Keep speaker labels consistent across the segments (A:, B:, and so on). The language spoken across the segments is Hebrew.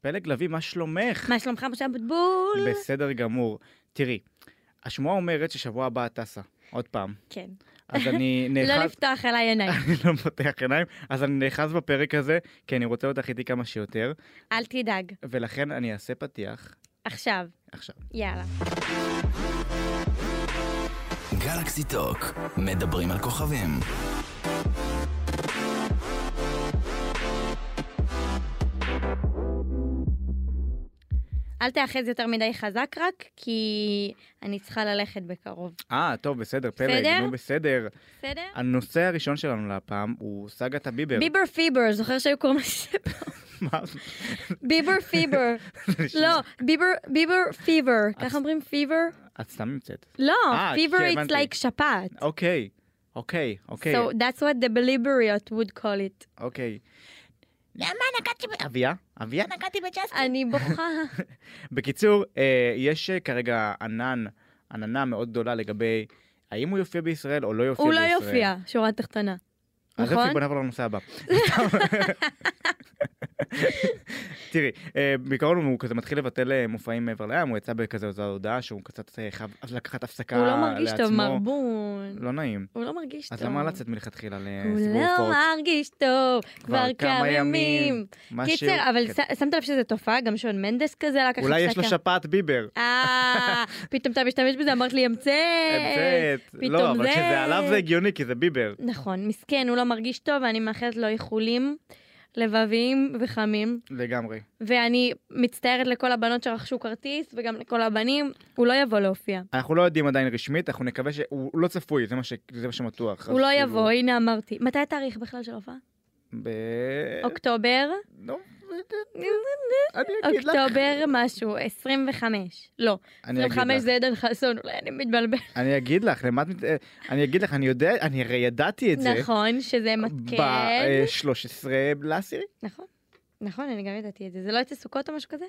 A: פלג לביא, מה שלומך?
B: מה שלומך, משה אבוטבול?
A: בסדר גמור. תראי, השמועה אומרת ששבוע הבא את טסה, עוד פעם.
B: כן.
A: אז אני נאחז...
B: לא לפתוח עליי עיניים.
A: אני לא פותח עיניים, אז אני נאחז בפרק הזה, כי אני רוצה אותך איתי כמה שיותר,
B: אל תדאג.
A: ולכן אני אעשה פתיח
B: עכשיו.
A: עכשיו.
B: יאללה.
C: גלקסי טוק, מדברים על כוכבים.
B: אל תאחז יותר מדי חזק רק, כי אני צריכה ללכת בקרוב.
A: אה, טוב, בסדר, פלג,
B: בסדר?
A: נו בסדר.
B: בסדר?
A: הנושא הראשון שלנו להפעם הוא סאגת הביבר.
B: ביבר פיבר, זוכר שהיו קוראים לזה?
A: מה?
B: ביבר פיבר. לא, ביבר, ביבר פיבר.
A: אז-
B: ככה אומרים פיבר?
A: את סתם נמצאת.
B: לא,
A: אה,
B: fever
A: כן,
B: it's
A: הבנתי.
B: like שפעת.
A: אוקיי, אוקיי, אוקיי,
B: So that's what the beliberate would call it.
A: אוקיי. למה נגעתי ב... אביה? אביה נגעתי בג'סטין.
B: אני בוכה.
A: בקיצור, אה, יש אה, כרגע ענן, עננה מאוד גדולה לגבי האם הוא יופיע בישראל או לא יופיע
B: הוא לא
A: בישראל.
B: יופיע, שורה תחתונה.
A: אז
B: נכון?
A: יופי, בוא נעבור לנושא הבא. תראי, אה, בעיקרון הוא כזה מתחיל לבטל אה, מופעים מעבר לים, הוא יצא בכזה איזו הודעה שהוא קצת אה, חייב לקחת הפסקה
B: הוא
A: לעצמו.
B: לא מרגיש טוב, מר בון.
A: לא נעים.
B: הוא לא מרגיש טוב.
A: אז למה לצאת מלכתחילה
B: הוא
A: לסיבוב
B: לא
A: הופעות?
B: מרגיש טוב, כבר כמה ימים.
A: משהו-
B: קיצר, אבל
A: כן.
B: ש- שמת לב שזו תופעה, גם שון מנדס כזה לקח הפסקה.
A: אולי יש לו שפעת ביבר.
B: אה, פתאום אתה משתמש בזה, אמרת לי אמצאת.
A: אמצאת. לא, אבל
B: אה, זה.
A: כשזה עליו זה הגיוני, כי זה ביבר.
B: נכון, מסכן, הוא לא מרגיש טוב, ואני מאחלת לו איחולים לבביים וחמים.
A: לגמרי.
B: ואני מצטערת לכל הבנות שרכשו כרטיס, וגם לכל הבנים, הוא לא יבוא להופיע.
A: אנחנו לא יודעים עדיין רשמית, אנחנו נקווה שהוא הוא לא צפוי, זה מה ש- זה מה שמתוח.
B: הוא
A: אז
B: לא
A: כאילו,
B: יבוא, הנה אמרתי. מתי התאריך בכלל של ההופעה?
A: ב... אה,
B: אוקטובר?
A: נו, אני אגיד לך.
B: אוקטובר משהו, 25. לא,
A: אני אגיד
B: 25
A: לך.
B: זה עדן חסון, אולי אני מתבלבל.
A: אני אגיד לך, למה את... מת- אה, אני אגיד לך, אני יודע, אני הרי ידעתי את זה. אה,
B: נכון, שזה מקל.
A: ב-13 לעשירי.
B: נכון, נכון, אני גם ידעתי את זה. זה לא אצל סוכות או משהו כזה?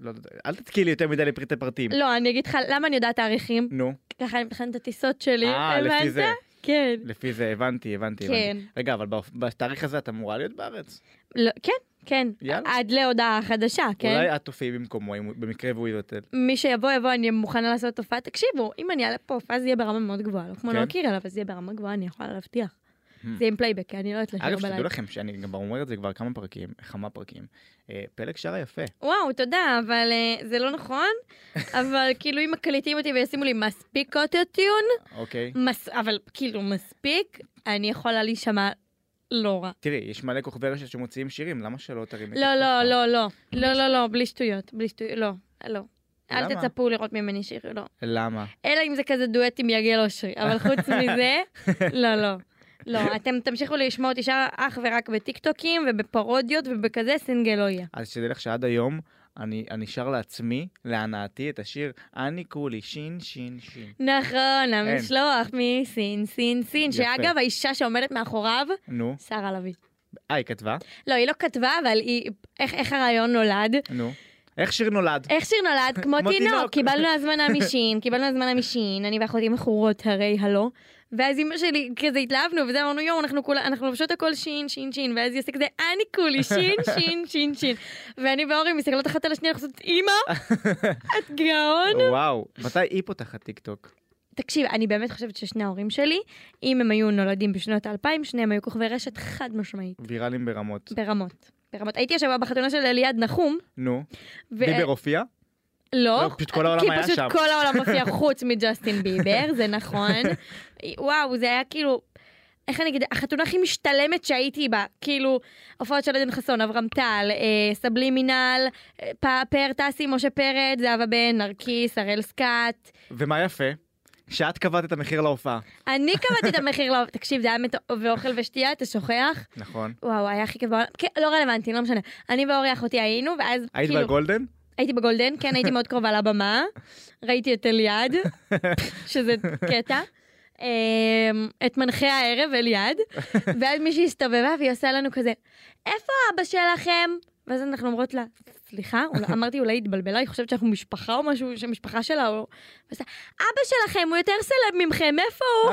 A: לא יודע, אל תתקיעי לי יותר מדי לפרטי פרטים.
B: לא, אני אגיד לך, למה אני יודעת תאריכים?
A: נו,
B: ככה אני מתכנת את הטיסות שלי.
A: אה, לפי
B: הבנת?
A: זה.
B: כן.
A: לפי זה הבנתי, הבנתי.
B: כן.
A: הבנתי. רגע, אבל באופ- בתאריך הזה את אמורה להיות בארץ.
B: לא, כן, כן.
A: יאללה.
B: עד להודעה חדשה, כן?
A: אולי את תופיעי במקומו, אם הוא- במקרה והוא יבטל.
B: מי שיבוא יבוא אני מוכנה לעשות הופעה תקשיבו אם אני אעלה פה הופעה זה יהיה ברמה מאוד גבוהה לא כמו
A: כן. Hmm.
B: נועה קירל אבל זה יהיה ברמה גבוהה אני יכולה להבטיח. זה עם פלייבק כי אני לא יודעת לשיר
A: אגב,
B: בלילה.
A: שתדעו לכם שאני גם אומר את זה כבר כמה פרקים, כמה פרקים. אה, פלג שרה יפה.
B: וואו תודה אבל אה, זה לא נכון אבל כאילו אם מקליטים אותי וישימו לי מספיק אוטוטיון
A: אוקיי.
B: מס... אבל כאילו מספיק אני יכולה להישמע לא רע.
A: תראי, יש מלא כוכבי רשת שמוציאים שירים, למה שלא תרימי את
B: לא לא
A: הכפפה?
B: לא לא לא לא לא בלי שטויות בלי שטויות לא לא. אל
A: למה?
B: תצפו לראות ממני שיר לא.
A: למה?
B: אלא אם זה כזה דואט עם יגל אושרי, אבל חוץ מזה, לא, לא. לא, אתם תמשיכו לשמוע אותי שם אך ורק בטיקטוקים ובפרודיות ובכזה סינגל לא יהיה.
A: אז שתדעי לך שעד היום אני אני שר לעצמי, להנאתי, את השיר אני כולי שין שין שין.
B: נכון, המשלוח מסין, סין, סין,
A: כן. יפה.
B: שאגב, האישה שעומדת מאחוריו,
A: נו.
B: שרה לביא.
A: אה, היא כתבה?
B: לא, היא לא כתבה, אבל היא, איך, איך הרעיון נולד?
A: נו. איך שיר נולד?
B: איך שיר נולד? כמו
A: כמו
B: תינוק,
A: תינוק.
B: קיבלנו הזמנה משין, קיבלנו הזמנה משין, אני ואחותי מכורות הרי הלא. ואז אמא שלי כזה התלהבנו וזה אמרנו יואו אנחנו כולה אנחנו פשוט הכל שין שין שין ואז היא עושה כזה אני כולי שין שין שין שין ואני ואורי מסתכלות אחת על השנייה אנחנו עושות אמא את גאון.
A: וואו. מתי היא פותחת טיק טוק?
B: תקשיב אני באמת חושבת ששני ההורים שלי אם הם היו נולדים בשנות האלפיים שניהם היו כוכבי רשת חד משמעית
A: ויראלים ברמות.
B: ברמות. ברמות הייתי השבוע בחתונה של אליעד נחום.
A: נו.
B: ו-
A: ביבר הופיע?
B: לא,
A: לא, פשוט כל העולם היה
B: כי
A: שם.
B: פשוט כל העולם מופיע חוץ מג'סטין ביבר, זה נכון. וואו, זה היה כאילו, איך אני אגיד, החתונה הכי משתלמת שהייתי בה, כאילו, הופעות של עדן חסון, אברהם טל, אה, סבלימינל, אה, פ- פאר טסי, משה פרד, זהבה בן, נרקיס, הראל סקאט.
A: ומה יפה? שאת קבעת את המחיר להופעה.
B: אני קבעתי את המחיר, לא, תקשיב, זה היה מת... ואוכל ושתייה, אתה שוכח.
A: נכון.
B: וואו, היה הכי כיף בעולם, כן, לא רלוונטי, לא משנה. אני ואורי אחותי היינו, ואז
A: היית
B: כאילו...
A: בגולדן?
B: הייתי בגולדן, כן, הייתי מאוד קרובה לבמה, ראיתי את אליעד, שזה קטע, אמ, את מנחה הערב, אליעד, ואז מישהי הסתובבה והיא עושה לנו כזה, איפה אבא שלכם? ואז אנחנו אומרות לה, סליחה, אולי- אמרתי אולי היא התבלבלה, היא חושבת שאנחנו משפחה או משהו, שהמשפחה שלה, או... ועושה, אבא שלכם הוא יותר סלב מכם, איפה הוא?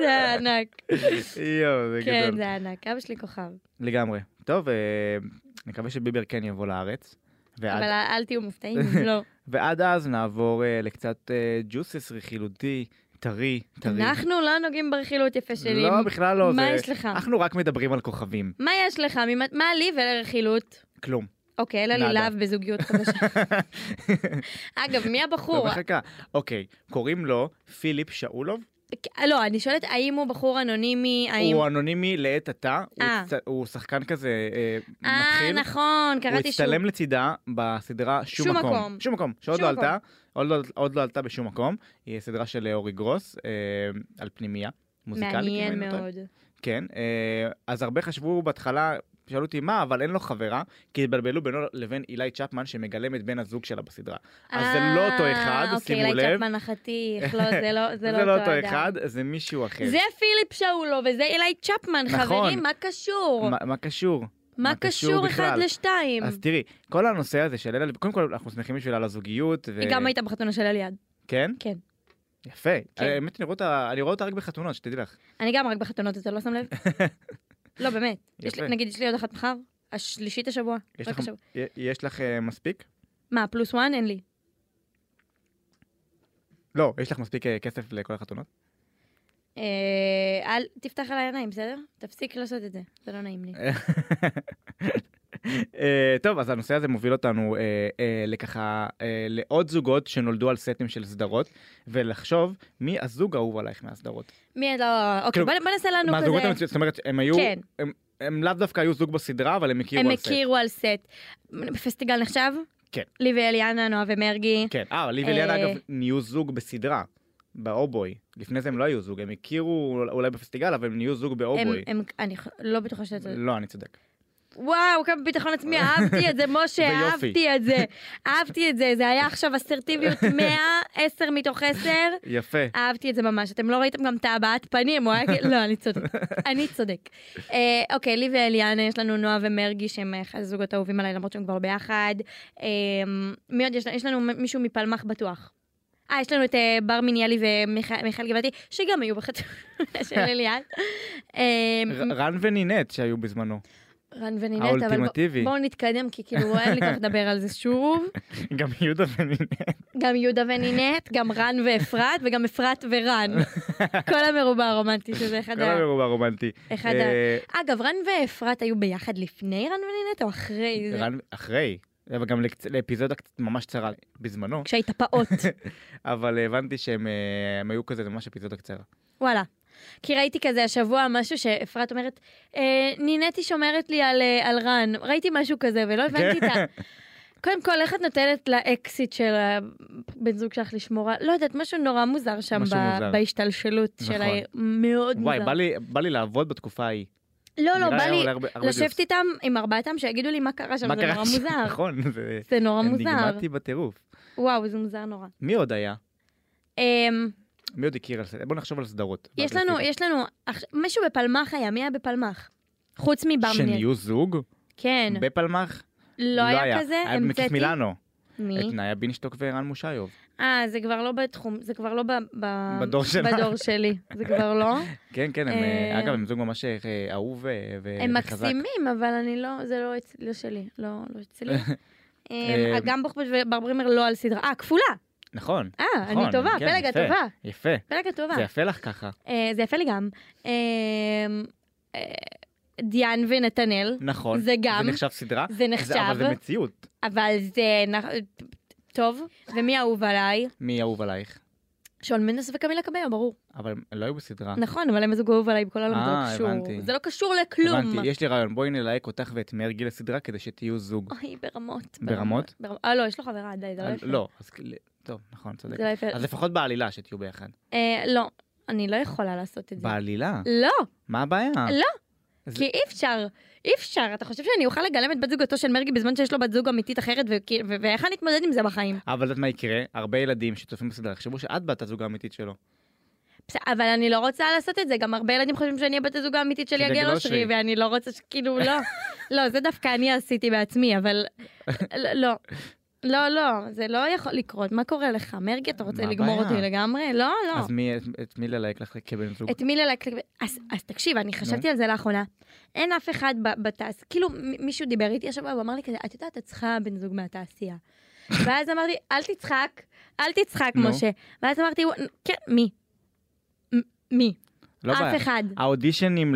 B: זה היה ענק,
A: יואו, זה
B: כן,
A: גדול.
B: זה היה ענק, אבא שלי כוכב.
A: לגמרי. טוב, אה, נקווה שביבר כן יבוא לארץ. ועד,
B: אבל אל תהיו מופתעים, לא.
A: ועד אז נעבור אה, לקצת אה, ג'וסס רכילותי, טרי, טרי.
B: אנחנו לא נוגעים ברכילות יפה שלי.
A: לא, בכלל לא.
B: מה
A: זה-
B: יש לך?
A: אנחנו רק מדברים על כוכבים,
B: מה יש לך? ממה- מה לי ולרכילות?
A: כלום.
B: אוקיי, אלא לי
A: נאדה.
B: להב בזוגיות חדשה. אגב, מי הבחור?
A: במחלקה. לא, אוקיי, קוראים לו פיליפ שאולוב.
B: לא, אני שואלת, האם הוא בחור אנונימי? האם...
A: הוא אנונימי לעת עתה, הוא
B: אה.
A: צ- הוא שחקן כזה אה,
B: אה,
A: מתחיל.
B: נכון,
A: הוא
B: קראתי שהוא...
A: הצטלם לצידה בסדרה שום
B: שום
A: מקום.
B: מקום.
A: שום מקום. שעוד
B: שום
A: לא
B: מקום.
A: עלתה, עוד לא- עוד לא עלתה בשום מקום. היא סדרה של אורי גרוס אה, על פנימייה. מוזיקלית, אם
B: מעניין
A: אני לא טועה.
B: מאוד.
A: כן, אה, אז הרבה חשבו בהתחלה, שאלו אותי מה, אבל אין לו חברה, כי התבלבלו בינו לבין אילי צ'פמן שמגלם את בן הזוג שלה בסדרה. אז זה לא אותו אחד, שימו
B: אוקיי,
A: לב.
B: אילי צ'פמן החתיך, לא, זה לא, זה
A: זה לא אותו
B: אדם.
A: אחד, זה מישהו אחר.
B: זה פיליפ שאולו וזה אילי צ'פמן,
A: נכון.
B: חברים, מה קשור?
A: מה- מה קשור?
B: מה
A: מה קשור
B: קשור אחד
A: בכלל?
B: לשתיים?
A: אז תראי, כל הנושא הזה של אלה, קודם כל אנחנו שמחים בשבילה על הזוגיות. ו-
B: היא גם הייתה בחתונה של אליעד.
A: כן?
B: כן.
A: יפה. האמת, אני רואה אותה- אני רואה אותה רק בחתונות, שתדעי לך.
B: אני גם רק בחתונות, אתה לא שם לב? לא, באמת. יש לי-
A: יפה.
B: נגיד, יש לי עוד אחת מחר, השלישית השבוע.
A: יש
B: רק
A: לך-
B: השבוע.
A: י- יש לך אה, מספיק?
B: מה, פלוס וואן? אין לי.
A: לא, יש לך מספיק אה, כסף לכל החתונות?
B: אה, אל תפתח עליי עיניים, בסדר? תפסיק לעשות את זה, זה לא נעים לי.
A: אה, טוב, אז הנושא הזה מוביל אותנו אה, אה, לככה, אה, לעוד זוגות שנולדו על סטים של סדרות, ולחשוב מי הזוג האהוב עלייך מהסדרות.
B: מי לא... אוקיי,
A: כאילו,
B: בוא בוא נעשה לנו
A: מהזוגות
B: כזה...
A: המצויים, זאת אומרת, הם היו,
B: כן.
A: הם- הם לאו דווקא היו זוג בסדרה, אבל הם הכירו
B: הם
A: על סט.
B: הכירו על סט. פסטיגל נחשב?
A: כן.
B: לי ואליאנה, נועה ומרגי.
A: כן, אה, לי וליאנה
B: אה,
A: אגב נהיו זוג בסדרה, באובוי. לפני זה הם לא היו זוג, הם הכירו אולי בפסטיגל, אבל הם נהיו זוג
B: הם-
A: באובוי.
B: הם- אני ח- לא בטוחה שאתה...
A: לא, אני צודק.
B: וואו, כמה ביטחון עצמי, אהבתי את זה, משה,
A: ויופי.
B: אהבתי את זה. אהבתי את זה, זה היה עכשיו אסרטיביות 100, 10 מתוך 10.
A: יפה.
B: אהבתי את זה ממש. אתם לא ראיתם גם את הבעת פנים, הוא היה כאילו... לא, אני צודק. אני צודק. אה, אוקיי, לי ואליאנה, יש לנו נועה ומרגי, שהם אה, אחד הזוגות האהובים עליי, למרות שהם כבר ביחד. אה, מי עוד יש לנו? יש לנו מ- מישהו מפלמח בטוח. אה, יש לנו את אה, בר מניאלי ומיכל גבעתי, שגם היו בחתונה של אליאן. אה,
A: ר- רן ונינת שהיו בזמנו,
B: רן ונינת, אבל בוא-
A: האולטימטיבי.
B: בואו נתקדם, כי כאילו אין לי כוח לדבר על זה שוב.
A: גם יהודה ונינת.
B: גם יהודה ונינט, גם רן ואפרת, וגם אפרת ורן. כל המרובע הרומנטי, שזה אחד
A: כל
B: ה...
A: המרובע הרומנטי.
B: אחד ה-
A: אה,
B: אגב, רן ואפרת היו ביחד לפני רן ונינט או אחרי אה, זה?
A: רן, אחרי, אבל גם לקצ- לאפיזודה קצת ממש קצרה בזמנו,
B: כשהיית פעוט,
A: אבל הבנתי שהם אה, הם היו כזה ממש אפיזודה קצרה.
B: וואלה. כי ראיתי כזה השבוע משהו שאפרת אומרת, אה, נינטי שומרת לי על, אה, על רן. ראיתי משהו כזה ולא הבנתי את ה...
A: כן.
B: קודם כל, איך את נותנת לאקסיט של הבן זוג שלך לשמור על... לא יודעת, משהו נורא מוזר שם
A: משהו
B: ב-
A: מוזר.
B: בהשתלשלות של
A: נכון.
B: ה... מאוד
A: וואי,
B: מוזר.
A: בא לי- בא לי לעבוד בתקופה ההיא.
B: לא, לא,
A: נראה
B: בא
A: היה
B: לי
A: עולה הרבה- הרבה דיוס.
B: לשבת איתם, עם ארבעתם, שיגידו לי מה קרה שם,
A: מה
B: זה
A: קרה
B: נורא
A: שם?
B: מוזר.
A: נכון, זה...
B: זה נורא מוזר.
A: נגמדתי בטירוף.
B: וואו, זה מוזר נורא.
A: מי עוד היה?
B: אמ,
A: מי עוד הכיר על סדרות? בוא נחשוב על סדרות.
B: יש לנו, יש לנו, עכש- משהו בפלמח היה, מי היה בפלמח? חוץ מברמניר.
A: שנהיו זוג?
B: כן.
A: בפלמח?
B: לא היה כזה,
A: היה מקיף
B: המצאתי.
A: מילאנו. את
B: מי?
A: נאיה בינשטוק וערן מושיוב.
B: אה, זה כבר לא בתחום, זה כבר לא ב- ב-
A: בדור שלך.
B: בדור שלי. זה כבר לא.
A: כן, כן, הם,
B: אה,
A: אה, אגב, הם זוג ממש אה, אהוב אה, ו-
B: הם
A: וחזק.
B: מקסימים, אבל אני לא, זה לא אצ- לא שלי. לא לא אצלי.
A: אה,
B: אמ, גם בוכבוש וברברימר לא על סדרה. אה, כפולה.
A: נכון,
B: אה, אני
A: נכון,
B: טובה,
A: כן,
B: פלג
A: יפה.
B: הטובה.
A: יפה.
B: פלג הטובה.
A: זה יפה לך ככה.
B: אה, זה יפה לי גם. אמ, אה, דיאן ונתנאל,
A: נכון.
B: זה גם.
A: זה נחשב סדרה?
B: זה נחשב,
A: אבל זה מציאות.
B: אבל זה נ- טוב. ומי אהוב עליי?
A: מי אהוב עלייך?
B: שון מנדס וקמילה קביו, ברור.
A: אבל הם לא היו בסדרה.
B: נכון, אבל הם הזוג אהוב עליי בכל העולם, זה
A: אה,
B: לא קשור.
A: הבנתי.
B: זה לא קשור לכלום.
A: הבנתי, יש לי רעיון, בואי נלהק אותך ואת מרגי לסדרה כדי שתהיו זוג.
B: אוי, ברמות.
A: ברמות?
B: ברמ- אה, לא, יש לו חברה, די, זה לא
A: אה,
B: יפה.
A: לא, אז כאילו- טוב, נכון, צודק.
B: זה לא יפה.
A: אז לפחות בעלילה שתהיו ביחד.
B: אה, לא, אני לא יכולה לעשות את זה.
A: בעלילה?
B: לא,
A: מה הבעיה?
B: לא.
A: אז-
B: כי אי אפשר, אי אפשר. אתה חושב שאני אוכל לגלם את בת זוגתו של מרגי בזמן שיש לו בת זוג אמיתית אחרת, וכי- ו- ואיך אני אתמודד עם זה בחיים?
A: אבל את יודעת מה יקרה? הרבה ילדים שצופים בסדרה יחשבו שאת בת הזוג האמיתית שלו.
B: בסדר, אבל אני לא רוצה לעשות את זה, גם הרבה ילדים חושבים שאני הבת הזוג האמיתית של
A: של יגל
B: יגל אושרי,
A: אושרי.
B: ואני לא רוצה, ש- כאילו, לא. לא, זה דווקא אני עשיתי בעצמי, אבל... לא, לא, לא, זה לא יכול לקרות. מה קורה לך? מרגי, אתה רוצה
A: מה
B: לגמור
A: הבעיה?
B: אותי לגמרי? לא, לא.
A: אז מי, את- את מי ללהק לך כבן זוג?
B: את מי ללקלק? אז, אז תקשיב, אני חשבתי על זה לאחרונה. אין אף אחד ב- בתעש... כאילו, מ- מישהו דיבר איתי השבוע, הוא אמר לי כזה, את יודעת, את צריכה בן זוג מהתעשייה. ואז אמרתי, אל תצחק, אל תצחק,
A: נו.
B: משה. ואז אמרתי, "וואי, כן, מי? מ- מי?
A: לא בעיה.
B: אף אחד.
A: האודישנים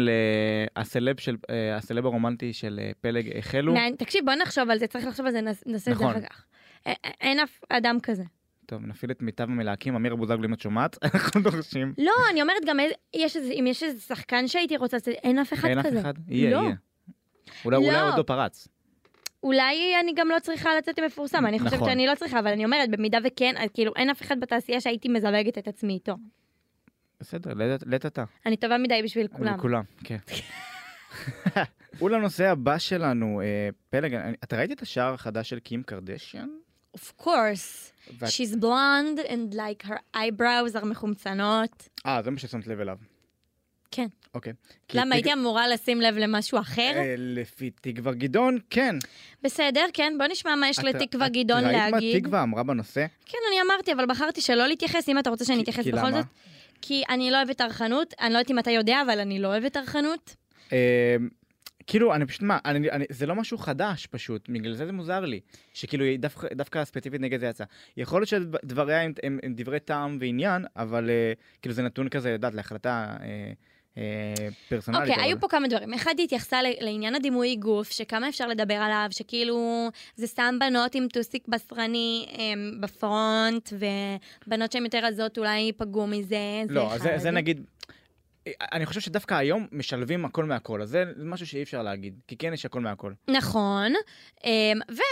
A: לסלב של, אה, הסלב הרומנטי של אה, פלג החלו.
B: מעניין, תקשיב, בוא נחשוב על זה, צריך לחשוב על זה, נס- נעשה את זה
A: נכון.
B: אחר כך. א- א- אין אף אדם כזה.
A: טוב, נפעיל את מיטב המלהקים, אמיר אבוזגלו, אם את שומעת, אנחנו דורשים.
B: לא, אני אומרת גם, איזה- יש איזה- אם יש איזה שחקן שהייתי רוצה, אז אין אף אחד
A: אין אף
B: כזה.
A: אחד? יהיה,
B: לא.
A: יהיה. אולי אולי
B: לא.
A: עוד לא פרץ.
B: אולי אני גם לא צריכה לצאת עם מפורסם, אני חושבת
A: נכון.
B: שאני לא צריכה, אבל אני אומרת, במידה וכן, אז כאילו אין אף אחד בתעשייה שהייתי מזווגת את עצמי איתו.
A: בסדר, לעת- לעת עתה.
B: אני טובה מדי בשביל כולם.
A: כולם, כן. ולנושא הבא שלנו, אה, פלג, אני- אתה ראית את השער החדש של קים קרדשן?
B: Of course,
A: ואת-
B: she's blonde and like her eyebrows are מחומצנות.
A: אה, זה מה ששמת לב אליו.
B: כן.
A: אוקיי. כי תג-
B: למה הייתי אמורה לשים לב למשהו אחר?
A: אה, לפי תקווה גדעון, כן.
B: בסדר, כן, בוא נשמע מה יש
A: את-
B: לתקווה
A: את
B: גדעון
A: ראית מה
B: להגיד.
A: תקווה אמרה בנושא?
B: כן, אני אמרתי, אבל בחרתי שלא להתייחס, אם אתה רוצה שאני
A: כי-
B: אתייחס
A: כי
B: כן, בכל
A: למה?
B: זאת. כי אני לא אוהבת טרחנות, אני לא יודעת אם אתה יודע, אבל אני לא אוהבת טרחנות.
A: אה, כאילו, אני פשוט, מה, אני, אני, זה לא משהו חדש פשוט, בגלל זה זה מוזר לי, שכאילו היא דווקא, דווקא ספציפית נגד זה יצא. יכול להיות שדבריה הם, הם, הם דברי טעם ועניין, אבל אה, כאילו זה נתון כזה, יודעת, להחלטה אה, אה, פרסונלית.
B: אוקיי, okay,
A: אבל-
B: היו פה כמה דברים. אחד, היא התייחסה ל- לעניין הדימוי גוף, שכמה אפשר לדבר עליו, שכאילו זה שם בנות עם טוסיק בשרני אמ, בפרונט, ובנות שהן יותר רזות אולי ייפגעו מזה, זה
A: לא,
B: אחד.
A: זה, זה נגיד... אה, אני חושב שדווקא היום משלבים הכל מהכל, אז זה משהו שאי אפשר להגיד, כי כן יש הכל מהכל.
B: נכון. אמ, ופה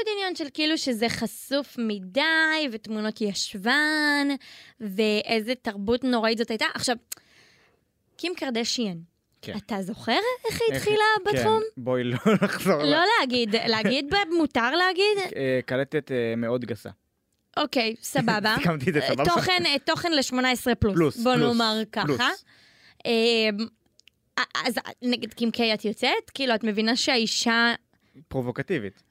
B: עוד עניין של כאילו שזה חשוף מדי, ותמונות ישבן, ואיזה תרבות נוראית זאת הייתה. עכשיו, קים קרדשיאן,
A: כן.
B: אתה זוכר איך היא
A: איך-
B: התחילה בתחום?
A: כן, בואי לא נחזור. לה.
B: לא להגיד, להגיד, ב- מותר להגיד?
A: אה, קלטת אה, מאוד גסה.
B: אוקיי, סבבה.
A: הסכמתי את זה, סבבה?
B: תוכן, אה, תוכן ל-18 פלוס,
A: פלוס,
B: בוא
A: פלוס,
B: נאמר
A: פלוס.
B: ככה. אמ, אז נגיד קים קיי את יוצאת, כאילו את מבינה שהאישה,
A: פרובוקטיבית.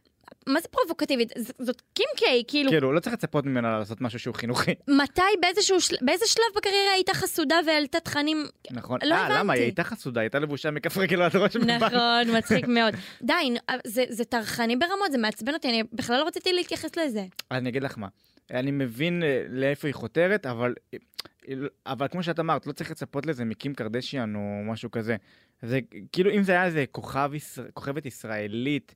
B: מה זה פרובוקטיבית? ז- זאת קים קיי, כאילו,
A: כאילו, לא צריך לצפות ממנה לעשות משהו שהוא חינוכי,
B: מתי, באיזשהו של- באיזה שלב בקריירה הייתה חסודה והעלתה תכנים?
A: נכון?
B: לא
A: אה, למה?
B: הבנתי.
A: היא הייתה חסודה, היא הייתה לבושה מכף רגל ועד ראש מבט.
B: נכון, מצחיק מאוד. די, נו, אה, זה- זה טרחני ברמות, זה מעצבן אותי, אני בכלל לא רציתי להתייחס לזה.
A: אני אגיד לך מה, אני מבין אה, לאיפה היא חותרת, אבל אה, אבל כמו שאת אמרת, לא צריך לצפות לזה מקים קרדשיאן או משהו כזה. זה כאילו, אם זה היה איזה כוכב, ישראל- כוכבת ישראלית,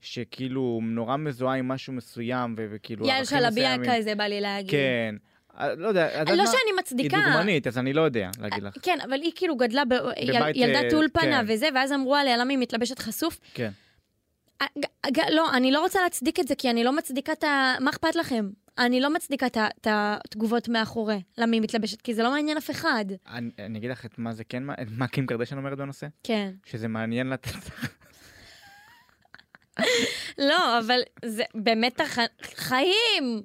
A: שכאילו נורא מזוהה עם משהו מסוים, ו- וכאילו...
B: יעל
A: ערכים
B: שלביה
A: מסוימים.
B: כזה בא לי להגיד.
A: כן. אה, לא יודע, את יודעת
B: לא
A: מה?
B: שאני מצדיקה.
A: היא דוגמנית, אז אני לא יודע להגיד לך.
B: כן, אבל היא כאילו גדלה, ב...
A: בבית,
B: יל...
A: אה,
B: ילדת אולפנה
A: כן.
B: וזה, ואז אמרו עליה, למה היא מתלבשת חשוף?
A: כן.
B: אה, ג- ג- לא, אני לא רוצה להצדיק את זה, כי אני לא מצדיקה את ה... מה אכפת לכם? אני לא מצדיקה את ה- את התגובות מאחורי, למה היא מתלבשת, כי זה לא מעניין אף אחד.
A: אני אני אגיד לך את מה זה כן, מה- את מה קים קרדשן אומרת בנושא?
B: כן.
A: שזה מעניין לתת.
B: לא, אבל זה באמת הח... חיים!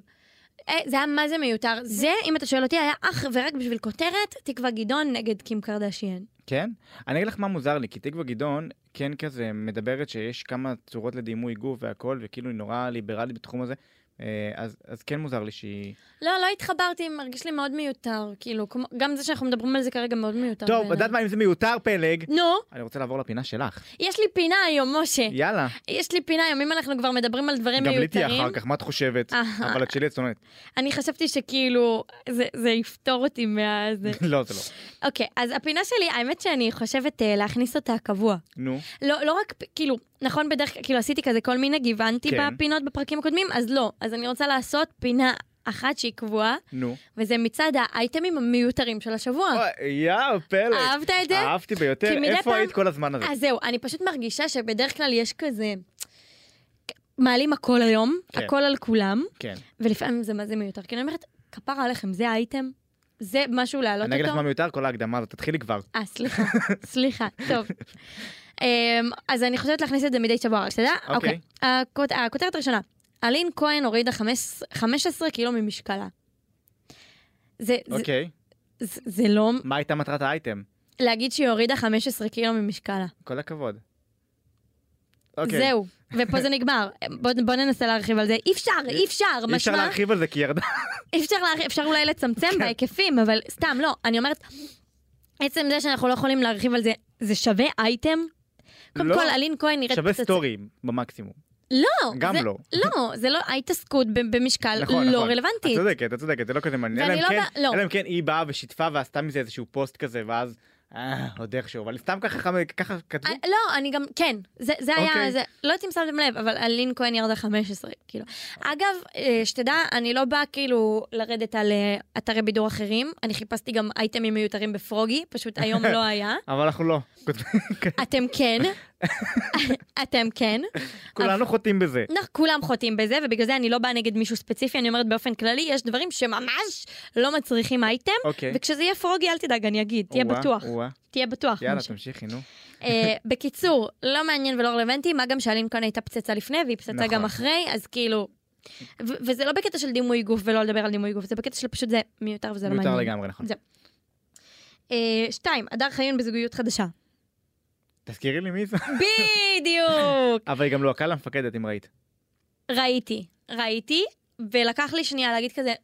B: אה, זה היה מה זה מיותר. זה, אם אתה שואל אותי, היה אך ורק בשביל כותרת, תקווה גדעון נגד קים קרדשיאן.
A: כן? אני אגיד לך מה מוזר לי, כי תקווה גדעון כן כזה מדברת שיש כמה צורות לדימוי גוף והכל, וכאילו היא נורא ליברלית בתחום הזה, אה, אז, אז כן מוזר לי שהיא...
B: לא, לא התחברתי, מרגיש לי מאוד מיותר. כאילו, כמו, גם זה שאנחנו מדברים על זה כרגע מאוד מיותר.
A: טוב, את
B: בעיניי.
A: יודעת מה, אם זה מיותר פלג,
B: נו,
A: אני רוצה לעבור לפינה שלך.
B: יש לי פינה היום, משה.
A: יאללה,
B: יש לי פינה היום, אם אנחנו כבר מדברים על דברים
A: גם לי תהיה
B: מיותרים. אה,
A: אחר כך, מה את חושבת?
B: אהה.
A: אבל את שלי את שונאת.
B: אני חשבתי שכאילו, זה, זה יפתור אותי מה... זה.
A: לא, זה לא.
B: אוקיי, אז הפינה שלי, האמת שאני חושבת אה, להכניס אותה קבוע.
A: נו,
B: לא, לא רק, פ- כאילו, נכון, בדרך כלל, כאילו, עשיתי כזה כל מיני, גיוונתי
A: כן.
B: בפינות בפרקים הקודמים, אז לא. אז אני רוצה לעשות פינה אחת שהיא קבועה,
A: נו.
B: וזה מצד האייטמים המיותרים של השבוע.
A: אוי, יא פלג.
B: אהבת את זה?
A: אהבתי ביותר,
B: אה. כי אה, מדי
A: איפה
B: פעם-
A: היית כל הזמן הזה?
B: אז זהו, אני פשוט מרגישה שבדרך כלל יש כזה... מעלים הכל היום,
A: כן.
B: הכל על כולם,
A: כן.
B: ולפעמים זה מה זה מיותר. כי אני אומרת, כפרה עליכם, זה האייטם? זה משהו להעלות
A: אני אגיד לך
B: אותו?
A: מה מיותר, כל ההקדמה הזאת, תתחילי כבר.
B: אה, סליחה, סליחה, טוב. אמ, אז אני חושבת להכניס את זה מדי שבוע, רק שתדע.
A: אוקיי.
B: אוקיי. הכות- הכותרת הראשונה, אלין כהן הורידה חמש- 15 קילו ממשקלה. זה- זה-
A: אוקיי.
B: זה זה לא
A: מה הייתה מטרת האייטם?
B: להגיד שהיא הורידה 15 קילו ממשקלה.
A: כל הכבוד. אוקיי.
B: זהו, ופה זה נגמר. בוא, בוא ננסה להרחיב על זה. אי אפשר, אי אפשר,
A: אי אפשר
B: משמע,
A: להרחיב כן. על זה כי היא ירדה.
B: אי אפשר, להרחיב, אפשר אולי לצמצם בהיקפים, אבל סתם, לא. אני אומרת, עצם זה שאנחנו לא יכולים להרחיב על זה, זה שווה אייטם? קודם
A: לא.
B: כל, אלין כהן נראית
A: שווה
B: פצצה.
A: סטורי במקסימום.
B: לא,
A: גם
B: זה,
A: לא.
B: לא, זה לא ההתעסקות ב- במשקל
A: נכון,
B: לא
A: נכון. את
B: רלוונטית.
A: צודקת, את צודקת, זה לא כזה מעניין.
B: ואני
A: אלא אם
B: לא
A: כן-
B: בא- לא.
A: אלא אם כן היא באה ושיתפה ועשתה מזה איזשהו פוסט כזה, ואז, אה, עוד איכשהו, אבל סתם ככה חמ- ככה כתבו.
B: אה, לא, אני גם, כן, זה, זה
A: אוקיי.
B: היה, זה, לא יודעת אם שמתם לב, אבל אלין כהן ירדה 15, כאילו. אגב, אה, שתדע, אני לא באה כאילו לרדת על אה, אתרי בידור אחרים, אני חיפשתי גם אייטמים מיותרים בפרוגי, פשוט היום לא היה.
A: אבל אנחנו לא.
B: אתם כן, אתם כן.
A: כולנו חוטאים בזה.
B: אנחנו כולם חוטאים בזה, ובגלל זה אני לא באה נגד מישהו ספציפי, אני אומרת באופן כללי, יש דברים שממש לא מצריכים אייטם,
A: אוקיי.
B: וכשזה יהיה פרוגי, אל תדאג, אני אגיד, תהיה
A: או-אה,
B: בטוח,
A: או-אה.
B: תהיה בטוח.
A: יאללה,
B: משה.
A: תמשיכי, נו.
B: אה, בקיצור, לא מעניין ולא רלוונטי, מה גם שאלין כהן הייתה פצצה לפני, והיא פצצה
A: נכון.
B: גם אחרי, אז כאילו... ו- וזה לא בקטע של דימוי גוף ולא לדבר על דימוי גוף, זה בקטע של פשוט זה מיותר וזה לא מעניין.
A: מיותר לגמרי, נכון.
B: זה- אה, שתיים, הדר חיון בזוגיות חדשה.
A: תזכירי לי מי זה.
B: בדיוק!
A: אבל היא גם לא הקהל המפקדת, אם ראית.
B: ראיתי, ראיתי, ולקח לי שנייה להגיד כזה,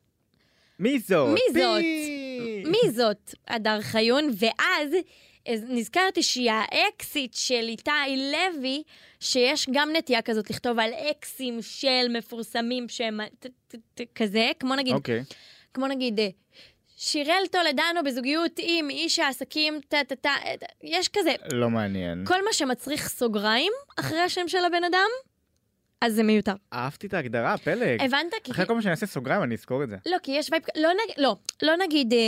A: מי זאת?
B: מי זאת?
A: פי!
B: מי זאת הדר חיון? ואז אז נזכרתי שהיא האקסיט של איתי לוי, שיש גם נטייה כזאת לכתוב על אקסים של מפורסמים שהם ת- ת- ת- כזה, כמו נגיד,
A: אוקיי.
B: כמו נגיד, אה, שיראל טולדנו בזוגיות עם איש העסקים, טה טה טה, אה, ת- יש כזה,
A: לא מעניין.
B: כל מה שמצריך סוגריים אחרי השם של הבן אדם, אז זה מיותר.
A: אהבתי את ההגדרה, פלג.
B: הבנת? כי-
A: אחרי כל פעם שאני אעשה סוגריים אני אזכור את זה.
B: לא, כי יש וייב, לא, נג... לא, לא נגיד אה,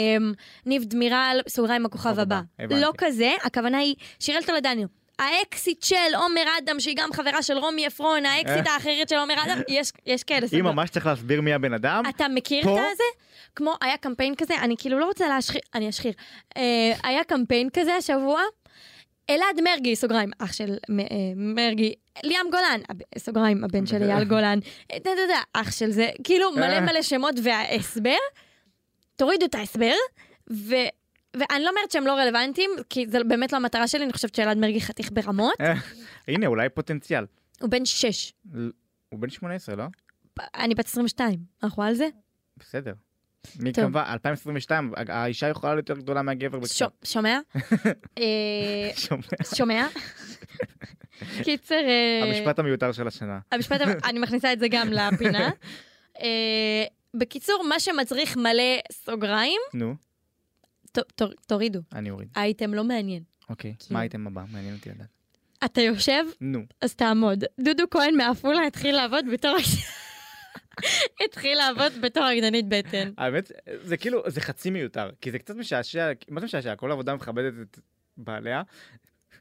B: ניב דמירל, סוגריים הכוכב
A: כוכב
B: הבא.
A: הבא, הבנתי.
B: לא כזה, הכוונה היא שירל טולדניו. האקסיט של עומר אדם, שהיא גם חברה של רומי עפרון,
A: אה.
B: האקסיט האחרת של עומר אדם, יש, יש כאלה
A: אם
B: סוגריים.
A: ממש צריך להסביר מי הבן אדם,
B: אתה מכיר
A: פה-
B: לא- את הזה? כמו, היה קמפיין כזה, אני כאילו לא רוצה להשחיר, אני אשחיר. אה, היה קמפיין כזה השבוע, אלעד מרגי, סוגריים, אח של מ- אה, מרגי, ליאם גולן, הב- סוגריים, הבן של אייל גולן, אה, אתה יודע, אח של זה, כאילו מלא מלא שמות וההסבר, תורידו את ההסבר, ו... ואני לא אומרת שהם לא רלוונטיים, כי זה באמת לא המטרה שלי, אני חושבת שאלעד מרגי חתיך ברמות,
A: אה, הנה אולי פוטנציאל.
B: הוא בן שש,
A: ל- הוא בן 18, לא?
B: אני בת 22, אנחנו על זה?
A: בסדר. מי
B: טוב.
A: קבע? 2022, ה- האישה יכולה להיות יותר גדולה מהגבר. בקצת.
B: שומע? שומע? אה,
A: שומע.
B: שומע? קיצר, אה,
A: המשפט המיותר של השנה.
B: המשפט, המ- אני מכניסה את זה גם לפינה. אה, בקיצור, מה שמצריך מלא סוגריים,
A: נו,
B: ת- תור- תורידו,
A: אני אוריד.
B: האייטם לא מעניין.
A: אוקיי.
B: כן.
A: מה הייתם הבא? מעניין אותי לדעת.
B: אתה יושב,
A: נו.
B: אז תעמוד. דודו כהן מעפולה התחיל לעבוד בתור... התחיל לעבוד בתור רקדנית בטן.
A: האמת, זה כאילו, זה חצי מיותר, כי זה קצת משעשע, מה זה משעשע? כל עבודה מכבדת את בעליה,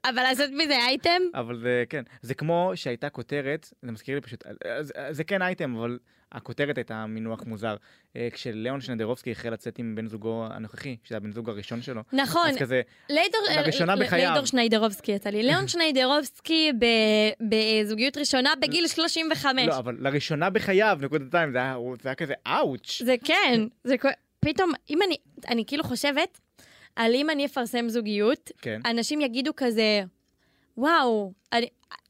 B: אבל לעשות מזה אייטם?
A: אבל זה כן, זה כמו שהייתה כותרת, זה מזכיר לי פשוט, זה, זה כן אייטם, אבל הכותרת הייתה מינוח מוזר. אה, כשליאון שנדרובסקי החל לצאת עם בן זוגו הנוכחי, שזה הבן זוג הראשון שלו,
B: נכון,
A: אז כזה,
B: לידור,
A: לראשונה
B: ל-
A: בחייו.
B: לידור שניידרובסקי יצא לי. ליאון שניידרובסקי ב- בזוגיות ראשונה בגיל 35.
A: לא, אבל לראשונה בחייו, נקודתיים, זה היה, זה היה כזה אאוץ'.
B: זה כן, זה כו- פתאום, אם אני, אני כאילו חושבת על אם אני אפרסם זוגיות,
A: כן.
B: אנשים יגידו כזה, וואו, אני,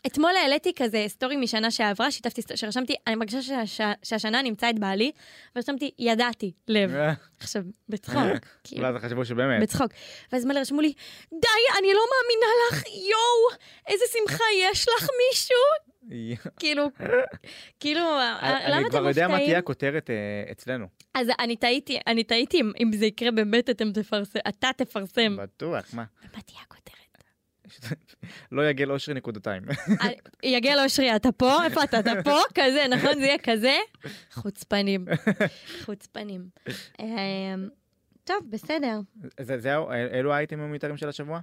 B: אתמול העליתי כזה סטורי משנה שעברה, שיתפתי, סט- שרשמתי, אני מרגישה שה, שה, שהשנה נמצא את בעלי, ורשמתי, ידעתי, לב. עכשיו, בצחוק, כאילו,
A: ואז חשבו שבאמת,
B: בצחוק. ואז מלא רשמו לי, די, אני לא מאמינה לך, יואו, איזה שמחה יש לך מישהו? כאילו, כאילו, למה אתם מופתעים?
A: אני כבר יודע מה תהיה הכותרת אה, אצלנו,
B: אז אני טעיתי, אני טעיתי אם, אם זה יקרה באמת אתם תפרסם, אתה תפרסם.
A: בטוח, מה?
B: מה תהיה הכותרת?
A: לא יגל אושרי נקודתיים.
B: אני- יגל אושרי, אתה פה? איפה אתה? אתה פה? כזה, נכון? זה יהיה כזה? חוצפנים. חוצפנים. אמ, טוב, בסדר.
A: זה- זהו, אל- אלו האייטמים המיותרים של השבוע?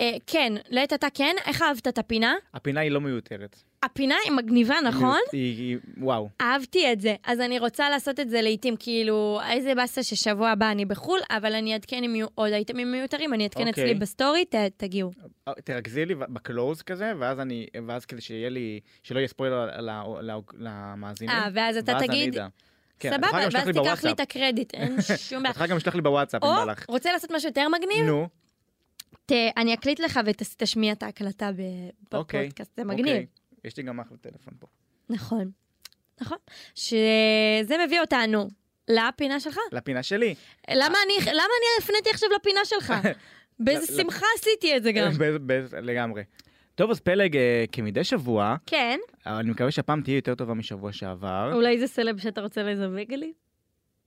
B: אה, כן, לעת עתה כן, איך אהבת את הפינה?
A: הפינה היא לא מיותרת.
B: הפינה היא מגניבה, נכון?
A: היא, היא, היא- וואו.
B: אהבתי את זה, אז אני רוצה לעשות את זה לעיתים, כאילו, איזה באסה ששבוע הבא אני בחול, אבל אני אעדכן אם יהיו עוד אייטמים מיותרים, אני אעדכן
A: אוקיי.
B: אצלי בסטורי, ת- תגיעו.
A: אה, תרכזי לי ב- בקלוז כזה, ואז אני, ואז כדי שיהיה לי, שלא יהיה ספוילר ל- ל- ל- למאזינים.
B: אה, ואז אתה
A: אני
B: תגיד,
A: אדע. כן, את
B: סבבה,
A: יכולה גם לשלוח
B: ואז
A: לי
B: תיקח לי
A: בוואטסאפ.
B: את הקרדיט, אין שום
A: את
B: בעיה.
A: יכולה גם לשלוח לי בוואטסאפ, אם
B: או,
A: בא לך.
B: רוצה לעשות משהו יותר מגניב?
A: נו,
B: ת- אני אקליט לך ותשמיע את ההקלטה ב-
A: אוקיי.
B: בפודקאסט, זה מגניב.
A: אוקיי. יש לי גם אחלה טלפון פה.
B: נכון. נכון. שזה מביא אותנו לפינה שלך.
A: לפינה שלי.
B: למה אני, למה אני הפניתי עכשיו לפינה שלך? באיזה
A: לא- לא.
B: שמחה עשיתי את זה גם.
A: ב- ב- לגמרי. טוב, אז פלג, אה, כמדי שבוע,
B: כן,
A: אבל אני מקווה שהפעם תהיה יותר טובה משבוע שעבר.
B: אולי זה סלב שאתה רוצה לזווג לי?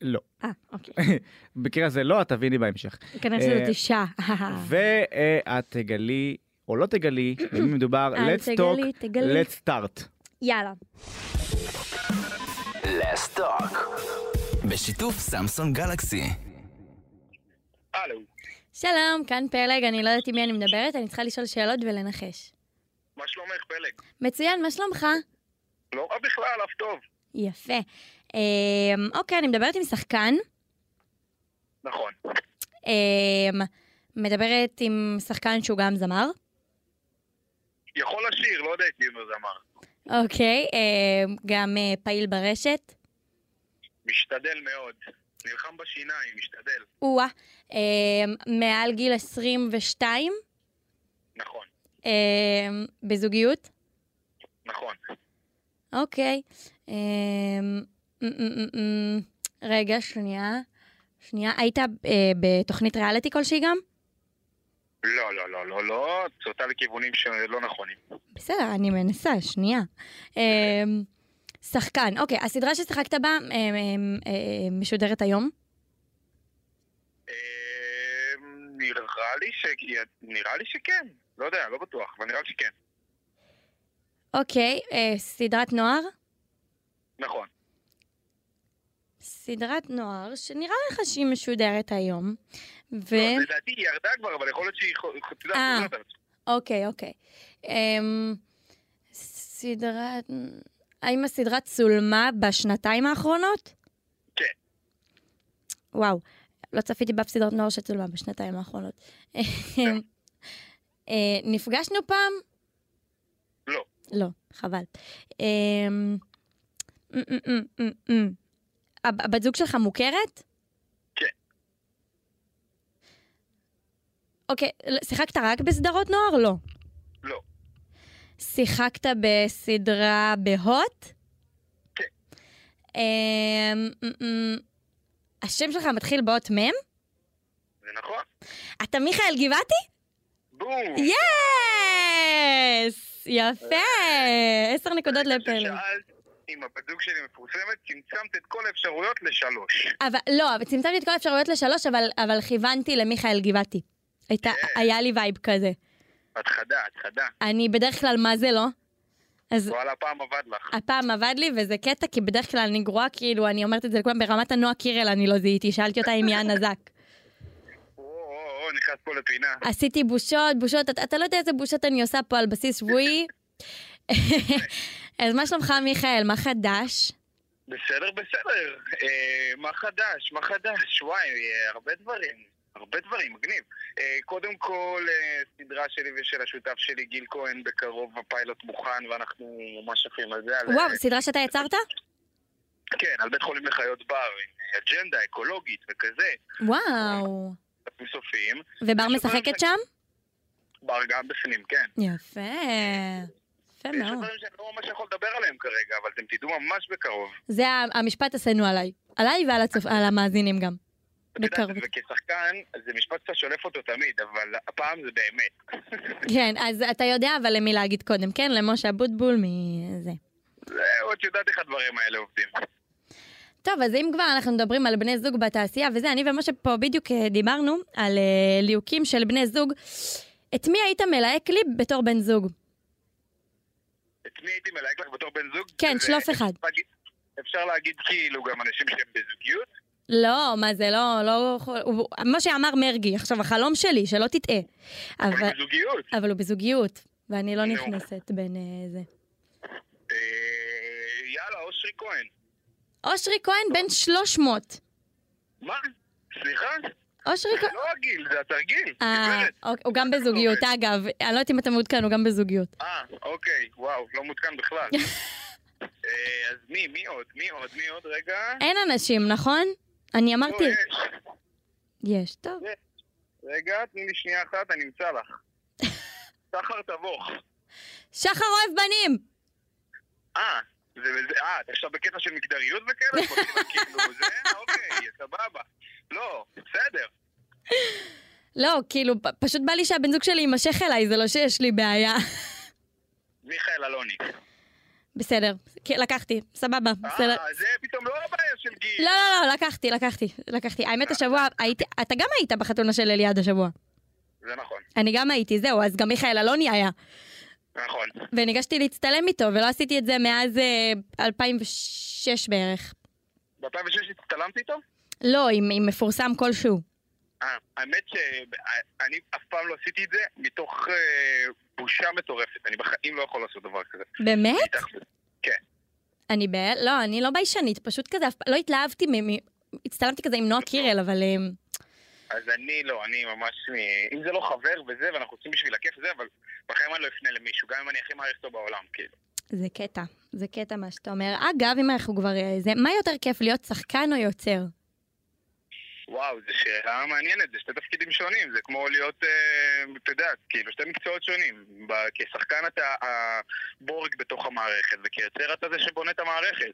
A: לא.
B: אה, אוקיי.
A: במקרה הזה לא, את תביני בהמשך.
B: כנראה שזאת
A: אה,
B: אישה.
A: ואת תגלי, או לא תגלי, במי מדובר,
B: אל
A: let's talk,
B: אה, תגלי, תגלי.
A: let's start.
B: יאללה.
C: Let's talk. בשיתוף סמסון גלקסי.
D: הלו,
B: שלום, כאן פלג, אני לא יודעת עם מי אני מדברת, אני צריכה לשאול שאלות ולנחש.
D: מה שלומך פלג?
B: מצוין, מה שלומך?
D: לא רע בכלל, אף טוב.
B: יפה. אמ, אוקיי, אני מדברת עם שחקן.
D: נכון,
B: אמ, מדברת עם שחקן שהוא גם זמר.
D: יכול לשיר, לא יודע את מי זה אמר.
B: אוקיי, אמ, גם אה, פעיל ברשת.
D: משתדל מאוד. נלחם בשיניים, משתדל.
B: או-אה. אמ, מעל גיל 22,
D: נכון,
B: אמ, בזוגיות.
D: נכון.
B: אוקיי. אמ, אמ, אמ, אמ, רגע, שנייה. שנייה, היית אה, בתוכנית ריאליטי כלשהי גם?
D: לא, לא, לא, לא, לא, את סוטה לכיוונים שלא נכונים.
B: בסדר, אני מנסה, שנייה. אמ, שחקן, אוקיי, הסדרה ששיחקת בה אמ, אמ, אמ, משודרת היום?
D: אה, נראה לי ש... נראה לי שכן. לא יודע, לא בטוח, אבל נראה לי שכן.
B: אוקיי, אה, סדרת נוער?
D: נכון,
B: סדרת נוער שנראה לך שהיא משודרת היום. ו...
D: לא, לדעתי היא ירדה כבר, אבל יכול להיות שהיא... את יודעת,
B: אה.
D: את יודעת,
B: אוקיי, אוקיי. אמ, סדרת... האם הסדרה צולמה בשנתיים האחרונות?
D: כן.
B: וואו, לא צפיתי באף סדרת נוער שצולמה בשנתיים האחרונות.
D: כן.
B: אה, נפגשנו פעם?
D: לא.
B: לא, חבל. אמ, אמ, אמ, אמ, אמ, אמ. הב- הבת זוג שלך מוכרת?
D: כן.
B: אוקיי, שיחקת רק בסדרות נוער? לא.
D: לא.
B: שיחקת בסדרה בהוט?
D: כן.
B: אמ, אמ, אמ, השם שלך מתחיל באות מ'?
D: זה נכון.
B: אתה מיכאל גבעתי?
D: בום!
B: יס! יפה! עשר נקודות לפלא.
D: כששאלת אם הבת זוג שלי מפורסמת, צמצמת את כל האפשרויות לשלוש.
B: אבל לא, אבל צמצמתי את כל האפשרויות לשלוש, אבל, אבל כיוונתי למיכאל גבעתי. הייתה,
D: כן.
B: היה לי וייב כזה.
D: את חדה, את חדה.
B: אני בדרך כלל, מה זה לא? אז
D: וואלה, פעם עבד לך.
B: הפעם עבד לי, וזה קטע, כי בדרך כלל אני גרועה, כאילו, אני אומרת את זה לכולם, ברמת הנועה קירל אני לא זיהיתי, שאלתי אותה אם היא הנזק.
D: או, או, או, נכנס פה לפינה.
B: עשיתי בושות, בושות, אתה, אתה לא יודע איזה בושות אני עושה פה על בסיס שבועי. אז מה שלומך, מיכאל? מה חדש?
D: בסדר, בסדר. אה, מה חדש? מה חדש? וואי, אה, הרבה דברים. הרבה דברים, מגניב. אה, קודם כל, אה, סדרה שלי ושל השותף שלי, גיל כהן, בקרוב הפיילוט מוכן, ואנחנו ממש עפים על זה. על,
B: וואו,
D: אה,
B: סדרה שאתה יצרת?
D: כן, על בית חולים לחיות בר, עם אה, אג'נדה אקולוגית וכזה.
B: וואו.
D: דפים סופיים.
B: ובר
D: יש
B: משחקת
D: דברים-
B: שם?
D: בר גם בפנים, כן.
B: יפה. יפה
D: יש
B: אה, מאוד.
D: דברים שאני לא ממש יכול לדבר עליהם כרגע, אבל אתם תדעו ממש בקרוב.
B: זה ה- המשפט השנוא עליי. עליי ועל הצופ- על המאזינים גם. בקרוב.
D: וכשחקן, זה משפט שאתה שולף אותו תמיד, אבל הפעם זה באמת.
B: כן, אז אתה יודע אבל למי להגיד קודם, כן? למשה אבוטבול מזה.
D: זהו, את יודעת איך הדברים האלה עובדים.
B: טוב, אז אם כבר אנחנו מדברים על בני זוג בתעשייה וזה, אני ומשה פה בדיוק אה, דיברנו על אה, ליהוקים של בני זוג. את מי היית מלהק לי בתור בן זוג?
D: את מי הייתי מלהק לך בתור בן זוג?
B: כן,
D: זה-
B: שלוף אחד.
D: אפשר להגיד- אפשר להגיד כאילו גם אנשים שהם בזוגיות?
B: לא, מה זה, לא, לא... יכול- הוא- משה אמר מרגי, עכשיו החלום שלי, שלא תטעה. אבל,
D: אבל בזוגיות.
B: אבל הוא בזוגיות, ואני לא
D: נו.
B: נכנסת בין אה, זה.
D: אה, יאללה, אושרי כהן.
B: אושרי כהן בן 300.
D: מה? סליחה?
B: אושרי
D: זה
B: כהן...
D: לא הגיל, זה התרגיל.
B: אוקיי. אה,
D: גברת.
B: אוקיי, הוא גם בזוגיות, אגב. אני לא יודעת אם אתה מעודכן, הוא גם בזוגיות.
D: אה, אוקיי, וואו, לא מעודכן בכלל. אה, אז מי, מי עוד? מי עוד? מי עוד? רגע.
B: אין אנשים, נכון? אני אמרתי,
D: לא, יש.
B: יש, טוב.
D: רגע, תני לי שנייה אחת, אני אמצא לך. סחר תבוך.
B: שחר אוהב בנים!
D: אה, זה- זה- אה, אתה עכשיו בקטע של מגדריות וכאלה? כאילו, זה, אוקיי, סבבה. לא, בסדר.
B: לא, כאילו, פ- פשוט בא לי שהבן זוג שלי יימשך אליי, זה לא שיש לי בעיה.
D: מיכאל אלוני.
B: בסדר, כן, לקחתי, סבבה, בסדר.
D: אה, זה פתאום לא הבעיה של גיל.
B: לא, לא, לא, לקחתי, לקחתי, לקחתי. האמת, השבוע הייתי, אתה גם היית בחתונה של אליעד השבוע.
D: זה נכון,
B: אני גם הייתי, זהו, אז גם מיכאל אלוני היה.
D: זה נכון.
B: וניגשתי להצטלם איתו, ולא עשיתי את זה מאז אה, 2006 בערך.
D: ב-2006 הצטלמת איתו?
B: לא, עם, עם מפורסם כלשהו.
D: אה, האמת שאני אף פעם לא עשיתי את זה מתוך אה, בושה מטורפת. אני בחיים לא יכול לעשות דבר כזה.
B: באמת?
D: איתך. כן.
B: אני בהל... לא, אני לא ביישנית, פשוט כזה, אף פעם- לא התלהבתי מ... מ- הצטלמתי כזה עם נועה קירל, אבל... אה,
D: אז אני לא, אני ממש... מ- אם זה לא חבר וזה, ואנחנו עושים בשביל הכיף וזה, אבל בחיים אני לא אפנה למישהו, גם אם אני הכי מעריך אותו בעולם, כאילו.
B: זה קטע, זה קטע מה שאתה אומר. אגב, אם אנחנו כבר... אה, זה... מה יותר כיף, להיות שחקן או יוצר?
D: וואו, זו שאלה מעניינת, זה שתי תפקידים שונים, זה כמו להיות, אה, אתה יודע, כאילו, שתי מקצועות שונים. ב- כשחקן אתה הבורג בתוך המערכת, וכיוצר אתה זה שבונה את המערכת.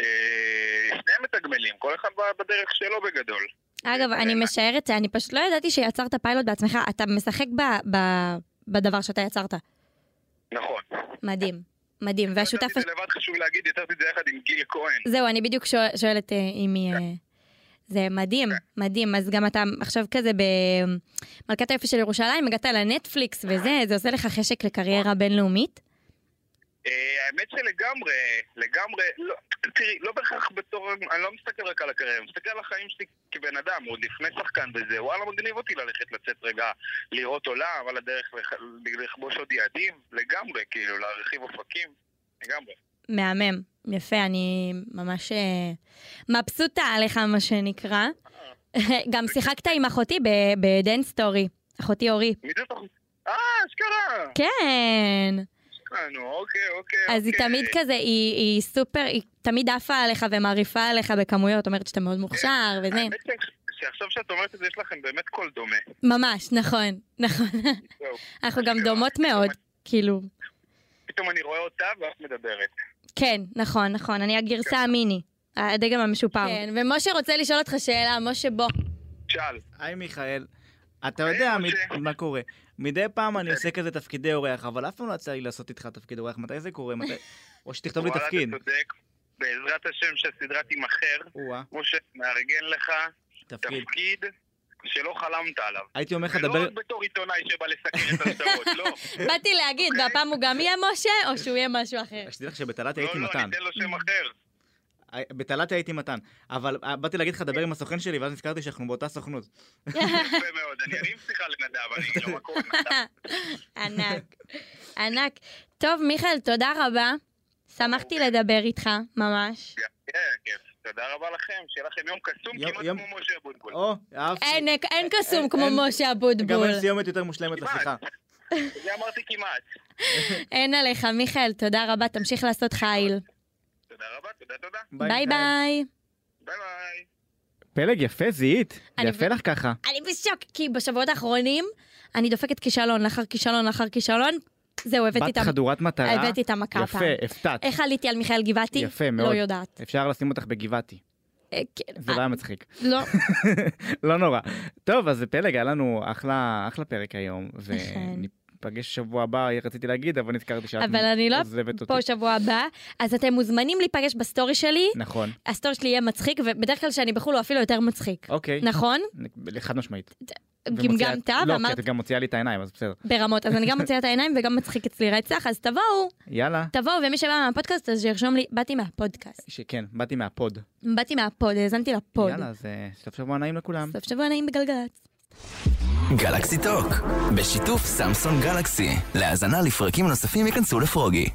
D: אה, שניהם מתגמלים, כל אחד ב- בדרך שלו בגדול.
B: אגב, אני משערת שאני פשוט לא ידעתי שיצרת פיילוט בעצמך, אתה משחק ב... ב... בדבר שאתה יצרת.
D: נכון.
B: מדהים,
D: לא,
B: מדהים. והשותף...
D: יצרתי את זה לבד, חשוב להגיד, יצרתי את זה יחד עם גיל כהן.
B: זהו, אני בדיוק שואל, שואלת אה, אם היא... אה, זה מדהים, מדהים. אז גם אתה עכשיו כזה במלכת היופי של ירושלים, הגעת לנטפליקס וזה, זה עושה לך חשק לקריירה בינלאומית?
D: אה, האמת שלגמרי, לגמרי, לא, תראי, לא בהכרח בתור, אני לא מסתכל רק על הקריירה, אני מסתכל על החיים שלי כבן אדם, עוד לפני שחקן וזה, וואלה מגניב אותי ללכת לצאת רגע, לראות עולם, על הדרך לח- לכבוש עוד יעדים, לגמרי, כאילו, להרחיב אופקים, לגמרי.
B: מהמם, יפה, אני ממש אה, מבסוטה עליך, מה שנקרא. גם שיחקת עם אחותי ב- בדנס סטורי, אחותי אורי.
D: מי זה תוכנית? אה, אשכרה!
B: כן,
D: אשכרה, נו, אוקיי, אוקיי.
B: אז היא
D: אוקיי.
B: תמיד כזה, היא היא סופר, היא תמיד עפה עליך ומעריפה עליך בכמויות, אומרת שאתה מאוד מוכשר וזה.
D: האמת ש- שעכשיו שאת אומרת את זה, יש לכם באמת קול דומה.
B: ממש, נכון, נכון.
D: זהו.
B: אנחנו
D: לא
B: גם דומות מאוד, כאילו.
D: פתאום אני רואה אותה ואת מדברת.
B: כן, נכון, נכון, אני
D: כן.
B: הגרסה המיני. הדגם המשופר. כן, ומשה רוצה לשאול אותך שאלה, משה בוא.
D: שאל.
A: היי מיכאל, אתה
D: היי,
A: יודע
D: משה. כן.
A: מ- מה קורה. מדי פעם אני עושה כזה תפקידי אורח, אבל אף פעם לא יצא לי לעשות איתך תפקיד אורח. מתי זה קורה? מתי- או שתכתוב לי
D: וואלה,
A: תפקיד.
D: אתה צודק. בעזרת השם שהסדרה תימכר,
A: או-אה,
D: משה, נארגן לך
A: תפקיד.
D: תפקיד שלא חלמת עליו.
A: הייתי אומר לך,
D: לא
A: דבר...
D: רק בתור עיתונאי שבא לסקר את הסדרות, לא.
B: באתי להגיד,
D: אוקיי.
B: והפעם הוא גם יהיה משה, או שהוא יהיה משהו אחר.
A: שתדע לך שבתלת
D: לא,
A: הייתי
D: לא,
A: מתן.
D: ניתן לו שם אחר.
A: בתלת הייתי מתן. אבל אה, באתי להגיד לך,
D: כן.
A: דבר עם הסוכן שלי, ואז נזכרתי שאנחנו באותה סוכנות.
D: יפה מאוד, אני ארים שיחה לנדב, אני לא מקום. נדב.
B: ענק, ענק. טוב, מיכאל, תודה רבה. שמחתי לדבר איתך, ממש.
D: כן, כיף. תודה רבה לכם, שיהיה לכם יום קסום
A: יום-
D: כמעט
A: יום-
D: כמו משה אבוטבול.
A: או, אהבתי.
B: אין- אין קסום
A: אין-
B: כמו
A: אין-
B: משה
A: גם
B: אבוטבול.
A: אין סיומת יותר מושלמת
D: כמעט.
A: לשיחה.
D: זה אמרתי כמעט.
B: אין עליך, מיכאל, תודה רבה, תמשיך לעשות חיל.
D: תודה רבה, תודה, תודה.
B: ביי
A: מיכאל.
B: ביי.
D: ביי ביי.
A: פלג יפה זיהית.
B: אני
A: יפה לך ככה.
B: אני בשוק, כי בשבועות האחרונים אני דופקת כישלון לאחר כישלון לאחר כישלון. זהו, הבאתי את
A: בת
B: המ-
A: חדורת מטרה.
B: הבאתי את המכה הפעם.
A: יפה, הפתעת.
B: איך עליתי על מיכאל גבעתי?
A: יפה
B: לא
A: מאוד.
B: יודעת.
A: אפשר לשים אותך בגבעתי.
B: אה, כן,
A: זה
B: אה,
A: לא היה מצחיק.
B: לא,
A: לא נורא. טוב, אז פלג, היה לנו אחלה, אחלה פרק היום,
B: נכון.
A: וניפגש שבוע הבא, רציתי להגיד, אבל נזכרתי שאת
B: אבל אני לא
A: עוזבת אותי.
B: פה שבוע הבא. אז אתם מוזמנים להיפגש בסטורי שלי.
A: נכון,
B: הסטורי שלי יהיה מצחיק, ובדרך כלל כשאני בחו"ל הוא אפילו יותר מצחיק.
A: אוקיי.
B: נכון?
A: חד משמעית. ומוציאה-
B: גמגמת
A: לא, כי
B: אה, ואמרת
A: את גם מוציאה לי את העיניים, אז בסדר.
B: ברמות. אז אני גם מוציאה את העיניים וגם מצחיק אצלי רצח, אז תבואו,
A: יאללה.
B: תבואו, ומי שבא מהפודקאסט אז שירשום לי, באתי מהפודקאסט.
A: שכן, באתי מהפוד.
B: באתי מהפוד, האזנתי לפוד.
A: יאללה, אז אה, סוף שבוע נעים לכולם.
B: סוף שבוע נעים בגלגלצ.
C: גלקסי טוק, בשיתוף סמסון גלקסי. להאזנה לפרקים נוספים ייכנסו לפרוגי.